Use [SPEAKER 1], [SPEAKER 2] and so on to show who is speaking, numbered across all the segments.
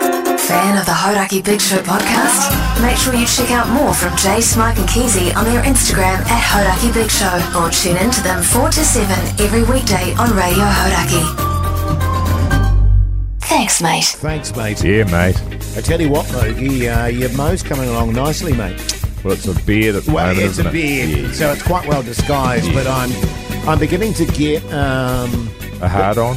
[SPEAKER 1] fan of the Hodaki Big Show podcast? Make sure you check out more from Jay, Smike, and Keezy on their Instagram at Hodaki Big Show or tune in to them 4 to 7 every weekday on Radio Hodaki. Thanks, mate.
[SPEAKER 2] Thanks, mate.
[SPEAKER 3] Yeah, mate.
[SPEAKER 2] I tell you what, Logie, uh, your mo's coming along nicely, mate.
[SPEAKER 3] Well, it's a beard at the
[SPEAKER 2] Well,
[SPEAKER 3] moment,
[SPEAKER 2] it's
[SPEAKER 3] isn't
[SPEAKER 2] a beard,
[SPEAKER 3] it?
[SPEAKER 2] so it's quite well disguised. But I'm, I'm beginning to get. Um,
[SPEAKER 3] Yeah. A hard on.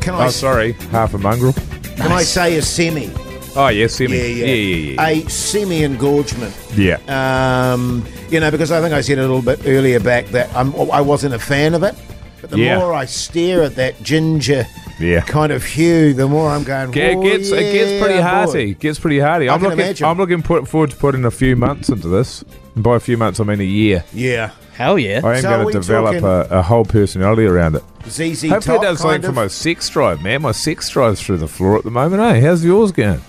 [SPEAKER 2] can I?
[SPEAKER 3] Oh,
[SPEAKER 2] s-
[SPEAKER 3] sorry, half a mongrel.
[SPEAKER 2] Can I say a semi?
[SPEAKER 3] Oh yeah, semi. yeah, yeah,
[SPEAKER 2] A semi engorgement.
[SPEAKER 3] yeah. yeah.
[SPEAKER 2] Um, you know, because I think I said a little bit earlier back that I'm, I wasn't a fan of it. But the
[SPEAKER 3] Yeah.
[SPEAKER 2] more I stare at that ginger
[SPEAKER 3] Yeah.
[SPEAKER 2] kind of hue, the more I'm going.
[SPEAKER 3] It
[SPEAKER 2] "Oh,
[SPEAKER 3] gets it
[SPEAKER 2] yeah,
[SPEAKER 3] gets pretty
[SPEAKER 2] boy."
[SPEAKER 3] hearty. Gets pretty hearty.
[SPEAKER 2] I
[SPEAKER 3] I'm
[SPEAKER 2] can
[SPEAKER 3] looking.
[SPEAKER 2] imagine.
[SPEAKER 3] I'm looking put, forward to putting a few months into this. And by a few months, I mean a year.
[SPEAKER 2] Yeah,
[SPEAKER 4] Hell yeah.
[SPEAKER 3] I am
[SPEAKER 2] So are
[SPEAKER 3] going
[SPEAKER 2] we
[SPEAKER 3] to develop
[SPEAKER 2] talking-
[SPEAKER 3] a, a whole personality around it.
[SPEAKER 2] ZZ
[SPEAKER 3] Hopefully,
[SPEAKER 2] Top
[SPEAKER 3] it
[SPEAKER 2] kind
[SPEAKER 3] does something for
[SPEAKER 2] of.
[SPEAKER 3] my sex drive, man. My sex drive's through the floor at the moment. Hey, how's yours going?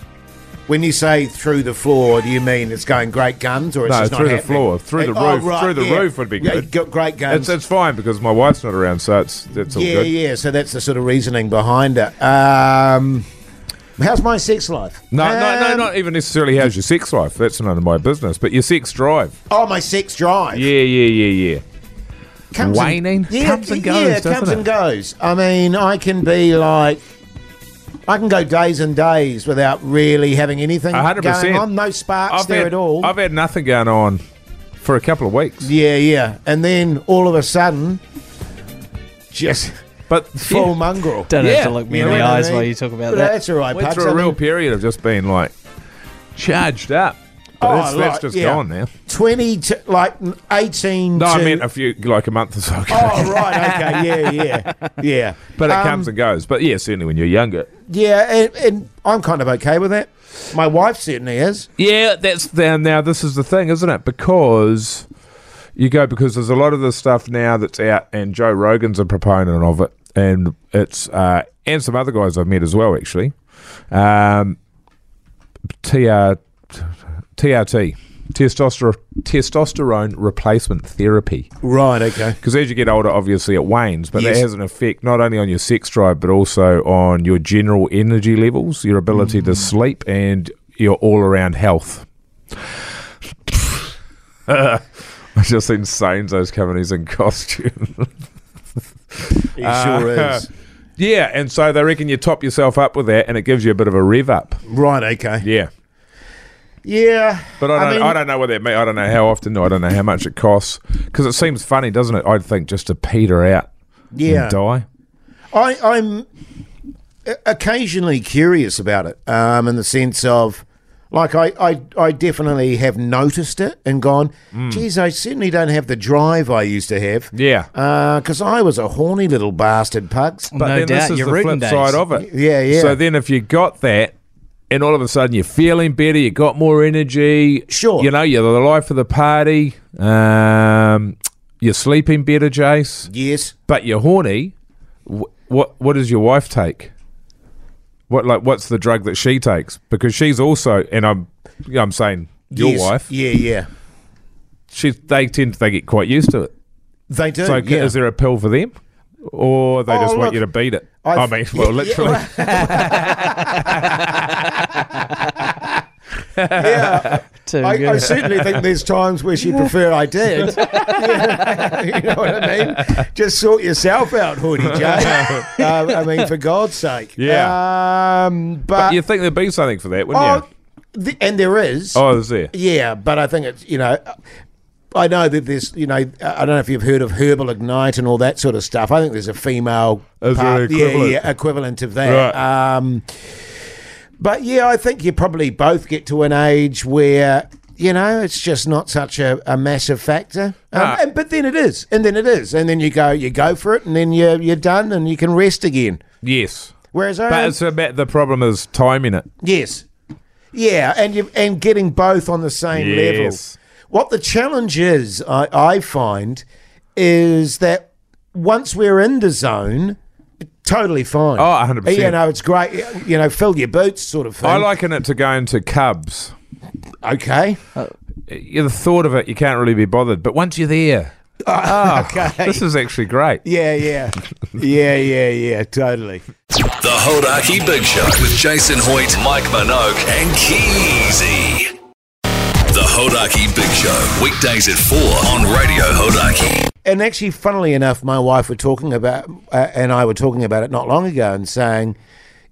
[SPEAKER 2] When you say through the floor, do you mean it's going great guns or it's
[SPEAKER 3] No,
[SPEAKER 2] just not
[SPEAKER 3] through the
[SPEAKER 2] happening?
[SPEAKER 3] floor, through the
[SPEAKER 2] Oh,
[SPEAKER 3] roof,
[SPEAKER 2] right,
[SPEAKER 3] through the
[SPEAKER 2] yeah.
[SPEAKER 3] roof would be
[SPEAKER 2] Yeah,
[SPEAKER 3] good.
[SPEAKER 2] g- great
[SPEAKER 3] It's,
[SPEAKER 2] guns.
[SPEAKER 3] it's fine because my wife's not around, so it's it's all
[SPEAKER 2] yeah,
[SPEAKER 3] good.
[SPEAKER 2] yeah. So that's the sort of reasoning behind it. Um, how's my sex life?
[SPEAKER 3] No, no, no,
[SPEAKER 2] Um,
[SPEAKER 3] not even necessarily how's your sex life. That's none of my business. But your sex drive.
[SPEAKER 2] Oh, my sex drive.
[SPEAKER 3] Yeah, yeah, yeah, yeah.
[SPEAKER 2] comes
[SPEAKER 3] Waning?
[SPEAKER 2] And, yeah,
[SPEAKER 3] Comes and goes,
[SPEAKER 2] Yeah,
[SPEAKER 3] doesn't
[SPEAKER 2] comes
[SPEAKER 3] it?
[SPEAKER 2] and goes. I mean, I can be like, I can go days and days without really having anything
[SPEAKER 3] A hundred
[SPEAKER 2] going
[SPEAKER 3] percent.
[SPEAKER 2] on. No sparks there
[SPEAKER 3] had,
[SPEAKER 2] at all.
[SPEAKER 3] I've had nothing going on for a couple of weeks.
[SPEAKER 2] yeah, yeah. And then all of a sudden, just
[SPEAKER 3] But
[SPEAKER 2] full
[SPEAKER 3] yeah,
[SPEAKER 2] mongrel.
[SPEAKER 4] Don't
[SPEAKER 3] Yeah.
[SPEAKER 4] have to look me
[SPEAKER 3] You
[SPEAKER 4] in
[SPEAKER 3] know
[SPEAKER 4] the
[SPEAKER 3] what I
[SPEAKER 4] eyes
[SPEAKER 2] mean?
[SPEAKER 4] while you talk about
[SPEAKER 2] But
[SPEAKER 4] that.
[SPEAKER 2] That's all right,
[SPEAKER 3] went
[SPEAKER 2] Pugs.
[SPEAKER 3] through
[SPEAKER 2] I
[SPEAKER 3] a real
[SPEAKER 2] mean,
[SPEAKER 3] period of just being like charged up. But
[SPEAKER 2] Oh,
[SPEAKER 3] that's, that's
[SPEAKER 2] like,
[SPEAKER 3] just
[SPEAKER 2] yeah.
[SPEAKER 3] gone now.
[SPEAKER 2] 20 to like 18
[SPEAKER 3] No,
[SPEAKER 2] to.
[SPEAKER 3] I meant a few, like a month or so ago.
[SPEAKER 2] Oh, right. Okay. Yeah, yeah. Yeah.
[SPEAKER 3] But it
[SPEAKER 2] Um,
[SPEAKER 3] comes and goes. But yeah, certainly when you're younger.
[SPEAKER 2] Yeah, and, and I'm kind of okay with that. My wife certainly is.
[SPEAKER 3] Yeah, that's then. Now this is the thing, isn't it? Because you go because there's a lot of this stuff now that's out, and Joe Rogan's a proponent of it, and it's uh, and some other guys I've met as well, actually. Um, TR, TRT, testosterone testosterone replacement therapy.
[SPEAKER 2] Right. Okay.
[SPEAKER 3] Because as you get older, obviously it wanes, but
[SPEAKER 2] Yes.
[SPEAKER 3] that has an effect not only on your sex drive, but also on your general energy levels, your ability to sleep, and your all around health. I just seen Sainsbury's companies in costume.
[SPEAKER 2] He sure
[SPEAKER 3] Uh,
[SPEAKER 2] is.
[SPEAKER 3] yeah, and so they reckon you top yourself up with that, and it gives you a bit of a rev up.
[SPEAKER 2] Right. Okay.
[SPEAKER 3] Yeah.
[SPEAKER 2] Yeah.
[SPEAKER 3] But I don't, I,
[SPEAKER 2] mean,
[SPEAKER 3] don't know what that means. I don't know how often. I don't know how much it costs. Because it seems funny, doesn't it? I'd think just to peter out
[SPEAKER 2] Yeah.
[SPEAKER 3] and die.
[SPEAKER 2] I, I'm o- occasionally curious about it, um, in the sense of, like, I, I, I definitely have noticed it and gone,
[SPEAKER 3] Mm.
[SPEAKER 2] geez, I certainly don't have the drive I used to have.
[SPEAKER 3] Yeah.
[SPEAKER 2] Because Uh, I was a horny little bastard, pugs.
[SPEAKER 3] But
[SPEAKER 4] No
[SPEAKER 3] then
[SPEAKER 4] doubt,
[SPEAKER 3] this is
[SPEAKER 4] your
[SPEAKER 3] the flip
[SPEAKER 4] rooting days.
[SPEAKER 3] side of it.
[SPEAKER 2] Yeah, yeah.
[SPEAKER 3] So then if you got that and all of a sudden you're feeling better, you got more energy.
[SPEAKER 2] Sure.
[SPEAKER 3] You know, you're the life of the party. Um, you're sleeping better, Jace.
[SPEAKER 2] Yes.
[SPEAKER 3] But you're horny. Wh- What what does your wife take? What like what's the drug that she takes? Because she's also and I'm I'm saying your
[SPEAKER 2] Yes.
[SPEAKER 3] wife.
[SPEAKER 2] Yeah, yeah.
[SPEAKER 3] She they tend they get quite used to it.
[SPEAKER 2] They do.
[SPEAKER 3] So
[SPEAKER 2] Oh, yeah.
[SPEAKER 3] is there a pill for them? Or they
[SPEAKER 2] Oh,
[SPEAKER 3] just
[SPEAKER 2] look,
[SPEAKER 3] want you to beat it. i
[SPEAKER 2] I've-
[SPEAKER 3] mean, well,
[SPEAKER 2] yeah,
[SPEAKER 3] literally.
[SPEAKER 2] yeah.
[SPEAKER 4] Too
[SPEAKER 2] I, I
[SPEAKER 4] good.
[SPEAKER 2] certainly think there's times where she'd prefer I did. you know what I mean? Just sort yourself out, Hoodie Jay. um, I mean, for God's sake.
[SPEAKER 3] Yeah.
[SPEAKER 2] Um,
[SPEAKER 3] But
[SPEAKER 2] but,
[SPEAKER 3] you think there'd be something for that, wouldn't
[SPEAKER 2] oh,
[SPEAKER 3] you?
[SPEAKER 2] th- and there is.
[SPEAKER 3] Oh, is there?
[SPEAKER 2] Yeah, but I think it's you know. I know that there's, you know, I don't know if you've heard of Herbal Ignite and all that sort of stuff. I think there's a female
[SPEAKER 3] Is there an
[SPEAKER 2] yeah,
[SPEAKER 3] equivalent?
[SPEAKER 2] yeah, equivalent of that.
[SPEAKER 3] Right.
[SPEAKER 2] Um, but yeah, I think you probably both get to an age where you know it's just not such a, a massive factor. Um,
[SPEAKER 3] Ah.
[SPEAKER 2] and, but then it is, and then it is, and then you go, you go for it, and then you're you're done, and you can rest again.
[SPEAKER 3] Yes.
[SPEAKER 2] Whereas I
[SPEAKER 3] But it's about the problem is timing it.
[SPEAKER 2] Yes. Yeah, and you and getting both on the same
[SPEAKER 3] Yes.
[SPEAKER 2] level. What the challenge is, I, I find, is that once we're in the zone, totally fine.
[SPEAKER 3] Oh, 100%.
[SPEAKER 2] You know, it's great. You know, fill your boots, sort of thing.
[SPEAKER 3] I liken it to going to Cubs.
[SPEAKER 2] okay.
[SPEAKER 3] You- The thought of it, you can't really be bothered. But once you're there, oh,
[SPEAKER 2] Ah, okay.
[SPEAKER 3] this is actually great.
[SPEAKER 2] Yeah, yeah, yeah, yeah, yeah. Totally.
[SPEAKER 4] The Hodaki Big Show with Jason Hoyt, Mike Minogue, and Keezy. The Hodaki Big Show, weekdays at 4 on Radio Hodaki.
[SPEAKER 2] And actually, funnily enough, my wife were talking about, uh, and I were talking about it not long ago, and saying,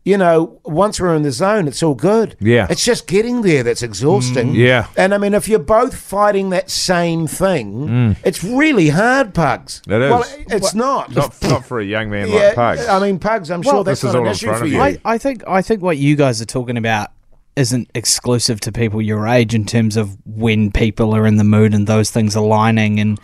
[SPEAKER 2] you know, once we're in the zone, it's all good.
[SPEAKER 3] Yeah. Mm,
[SPEAKER 2] it's just getting there that's exhausting.
[SPEAKER 3] yeah.
[SPEAKER 2] and I mean, if you're both fighting that same thing, it's really hard, pugs.
[SPEAKER 3] Mm. It is.
[SPEAKER 2] Well, it's not.
[SPEAKER 3] Not, not for a young man
[SPEAKER 2] yeah,
[SPEAKER 3] like Pugs.
[SPEAKER 2] I mean, pugs. I'm sure that's
[SPEAKER 3] this is
[SPEAKER 2] not an
[SPEAKER 3] all in
[SPEAKER 2] issue
[SPEAKER 3] front
[SPEAKER 2] for
[SPEAKER 3] of
[SPEAKER 2] you.
[SPEAKER 3] you.
[SPEAKER 5] I, I think I think what you guys are talking about isn't exclusive to people your age in terms of when people are in the mood and those things aligning and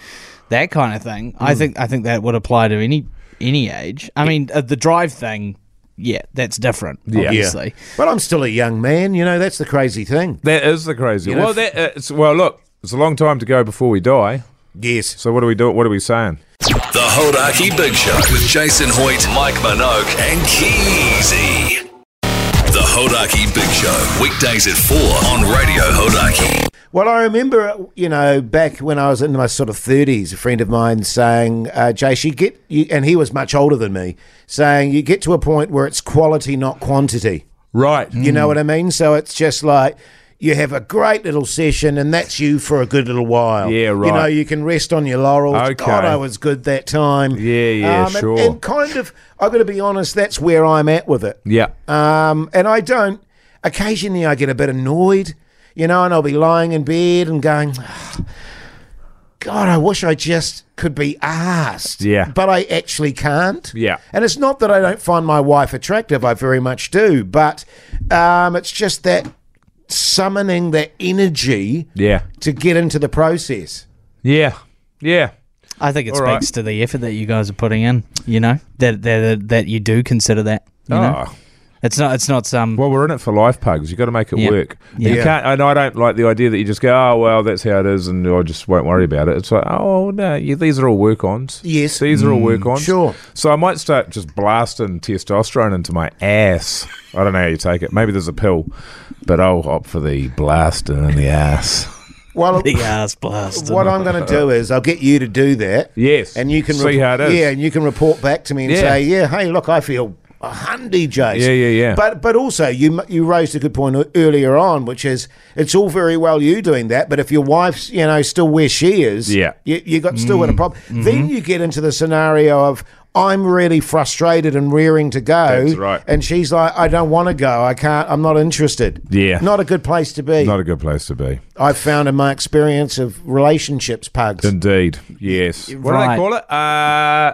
[SPEAKER 5] that kind of thing.
[SPEAKER 4] Hmm.
[SPEAKER 5] I think I think that would apply to any any age. I mean, uh, the drive thing, yeah, that's different. Obviously,
[SPEAKER 2] but I'm still a young man. You know, that's the crazy thing.
[SPEAKER 3] that is the crazy.
[SPEAKER 2] You know,
[SPEAKER 3] well, that, uh, it's, well, look, it's a long time to go before we die.
[SPEAKER 2] Yes.
[SPEAKER 3] So what are we doing? What are we saying?
[SPEAKER 4] The Hodaki Big Show with Jason Hoyt, Mike Minogue, and Keezy. The Hodaki Big Show, weekdays at 4 on Radio Hodaki.
[SPEAKER 2] Well, I remember, you know, back when I was in my sort of 30s, a friend of mine saying, uh, Jace, you get, you, and he was much older than me, saying, you get to a point where it's quality, not quantity.
[SPEAKER 3] Right.
[SPEAKER 2] You know what I mean? So it's just like you have a great little session, and that's you for a good little while.
[SPEAKER 3] Yeah,
[SPEAKER 2] You know,
[SPEAKER 3] right.
[SPEAKER 2] you can rest on your laurels.
[SPEAKER 3] Okay.
[SPEAKER 2] God, I was good that time. Um,
[SPEAKER 3] Yeah, yeah,
[SPEAKER 2] and-
[SPEAKER 3] sure.
[SPEAKER 2] And kind of, I've got to be honest, that's where I'm at with it.
[SPEAKER 3] Yeah.
[SPEAKER 2] Um, and I don't. Occasionally, I get a bit annoyed, you know, and I'll be lying in bed and going, God, I wish I just could be asked.
[SPEAKER 3] Yeah.
[SPEAKER 2] But I actually can't.
[SPEAKER 3] Yeah.
[SPEAKER 2] And it's not that I don't find my wife attractive, I very much do, but um, it's just that summoning that energy
[SPEAKER 3] Yeah.
[SPEAKER 2] to get into the process.
[SPEAKER 3] Yeah. Yeah.
[SPEAKER 5] I think it
[SPEAKER 3] All
[SPEAKER 5] speaks
[SPEAKER 3] right.
[SPEAKER 5] to the effort that you guys are putting in. You know that that that you do consider that. You
[SPEAKER 4] Ah.
[SPEAKER 5] know,
[SPEAKER 3] Oh.
[SPEAKER 5] it's not it's not some.
[SPEAKER 3] Well, we're in it for life, pugs. You got to make it
[SPEAKER 5] Yeah.
[SPEAKER 3] work.
[SPEAKER 5] Yeah.
[SPEAKER 3] You can't. And I don't like the idea that you just go, "Oh well, that's how it is," and I just won't worry about it. It's like, oh no, yeah, these are all work ons.
[SPEAKER 2] Yes.
[SPEAKER 3] these are all
[SPEAKER 5] Mm,
[SPEAKER 3] work ons.
[SPEAKER 2] sure.
[SPEAKER 3] So I might start just blasting testosterone into my ass. I don't know how you take it. Maybe there's a pill, but I'll opt for the blasting in the ass.
[SPEAKER 2] Well,
[SPEAKER 5] the ass blast.
[SPEAKER 2] what I'm going to do is I'll get you to do that.
[SPEAKER 3] Yes.
[SPEAKER 2] and you can
[SPEAKER 3] see
[SPEAKER 2] rep-
[SPEAKER 3] how it is.
[SPEAKER 2] Yeah, and you can report back to me and
[SPEAKER 3] Yeah.
[SPEAKER 2] say, yeah, hey, look, I feel a hundy, Jace.
[SPEAKER 3] Yeah, yeah, yeah.
[SPEAKER 2] But but also you m- you raised a good point e- earlier on, which is it's all very well you doing that, but if your wife's you know still where she is,
[SPEAKER 3] Yeah. Mm-hmm.
[SPEAKER 2] you, you got still got a problem. Then you get into the scenario of. I'm really frustrated and rearing to go.
[SPEAKER 3] That's right.
[SPEAKER 2] And she's like, I don't want to go. I can't. I'm not interested.
[SPEAKER 3] Yeah.
[SPEAKER 2] Not a good place to be.
[SPEAKER 3] Not a good place to be.
[SPEAKER 2] I've found in my experience of relationships, pugs.
[SPEAKER 3] Indeed. Yes. What
[SPEAKER 5] Right.
[SPEAKER 3] do they call it? Uh,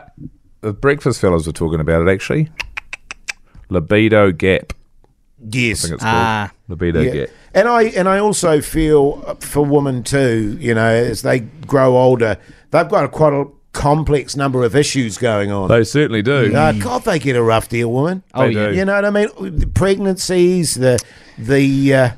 [SPEAKER 3] the breakfast fellows were talking about it actually. Libido gap.
[SPEAKER 2] yes.
[SPEAKER 3] I think it's called.
[SPEAKER 5] Ah.
[SPEAKER 3] Libido
[SPEAKER 2] Yeah.
[SPEAKER 3] gap.
[SPEAKER 2] And I and I also feel uh, for women too. You know, as they grow older, they've got a quite a complex number of issues going on.
[SPEAKER 3] They certainly do.
[SPEAKER 2] Uh, God, they get a rough deal, woman.
[SPEAKER 5] Oh,
[SPEAKER 3] They
[SPEAKER 5] yeah.
[SPEAKER 3] do.
[SPEAKER 2] You know what I mean? The pregnancies, the the uh,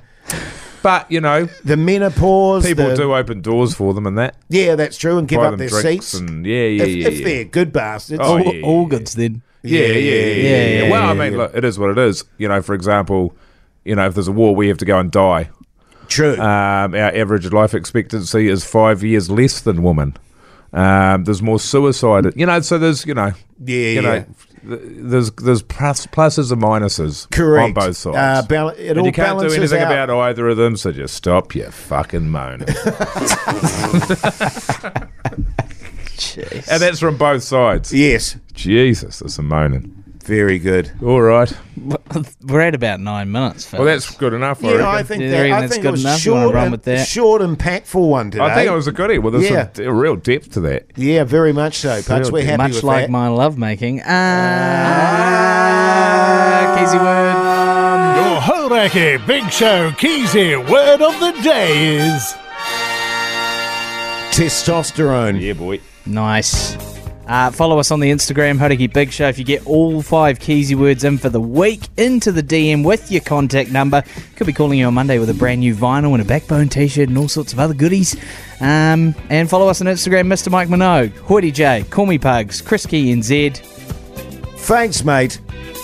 [SPEAKER 3] But you know,
[SPEAKER 2] the menopause.
[SPEAKER 3] people
[SPEAKER 2] the-
[SPEAKER 3] do open doors for them and that.
[SPEAKER 2] Yeah, that's true. And give
[SPEAKER 3] Buy
[SPEAKER 2] up
[SPEAKER 3] them
[SPEAKER 2] their
[SPEAKER 3] drinks
[SPEAKER 2] seats.
[SPEAKER 3] and yeah, yeah,
[SPEAKER 2] if,
[SPEAKER 3] yeah.
[SPEAKER 2] if
[SPEAKER 3] yeah.
[SPEAKER 2] they're good bastards.
[SPEAKER 3] Oh,
[SPEAKER 5] all,
[SPEAKER 3] yeah,
[SPEAKER 5] all
[SPEAKER 3] yeah,
[SPEAKER 5] goods then.
[SPEAKER 3] yeah, yeah, yeah, yeah,
[SPEAKER 5] yeah,
[SPEAKER 3] yeah. Well, I
[SPEAKER 2] yeah,
[SPEAKER 3] mean,
[SPEAKER 2] yeah.
[SPEAKER 3] look, it is what it is. You know, for example, you know, if there's a war, we have to go and die.
[SPEAKER 2] True.
[SPEAKER 3] Um, our average life expectancy is five years less than women. Um, there's more suicide. You know, so there's you know,
[SPEAKER 2] Yeah, yeah.
[SPEAKER 3] you know, th- there's there's plus pluses and minuses
[SPEAKER 2] Correct.
[SPEAKER 3] on both sides.
[SPEAKER 2] Uh, bal- it
[SPEAKER 3] and
[SPEAKER 2] all
[SPEAKER 3] you can't do
[SPEAKER 2] balances
[SPEAKER 3] anything
[SPEAKER 2] out.
[SPEAKER 3] about either of them, so just stop your fucking moaning.
[SPEAKER 5] Jeez.
[SPEAKER 3] and that's from both sides.
[SPEAKER 2] yes.
[SPEAKER 3] Jesus, there's some moaning.
[SPEAKER 2] Very good.
[SPEAKER 3] All right.
[SPEAKER 5] We're at about nine minutes.
[SPEAKER 3] Well,
[SPEAKER 5] fellas.
[SPEAKER 3] that's good enough. I,
[SPEAKER 2] Yeah, I
[SPEAKER 3] reckon.
[SPEAKER 2] think
[SPEAKER 5] Do you
[SPEAKER 2] that,
[SPEAKER 5] reckon
[SPEAKER 2] I
[SPEAKER 5] that's
[SPEAKER 2] think it
[SPEAKER 5] good
[SPEAKER 2] was
[SPEAKER 5] enough? You wanna
[SPEAKER 2] short,
[SPEAKER 5] run
[SPEAKER 2] and,
[SPEAKER 5] with that?
[SPEAKER 2] short, impactful one today.
[SPEAKER 3] I think it was a goodie. Well, there's
[SPEAKER 2] Yeah.
[SPEAKER 3] some a real depth to that.
[SPEAKER 2] Yeah, very much so, Putz. We're happy
[SPEAKER 5] much
[SPEAKER 2] with
[SPEAKER 5] like
[SPEAKER 2] that.
[SPEAKER 5] my lovemaking. Ah, Casey word.
[SPEAKER 6] Your Hodaki Big Show Keezy word of the day is.
[SPEAKER 2] Testosterone.
[SPEAKER 3] Yeah, boy.
[SPEAKER 5] Nice. Uh, follow us on the Instagram, Hodaki Big Show. If you get all five Keezy words in for the week, into the DM with your contact number. Could be calling you on Monday with a brand new vinyl and a backbone t shirt and all sorts of other goodies. Um, and follow us on Instagram, Mr. Mike Minogue, Hoity J, Call Me Pugs, Chris Key and Zed.
[SPEAKER 2] Thanks, mate.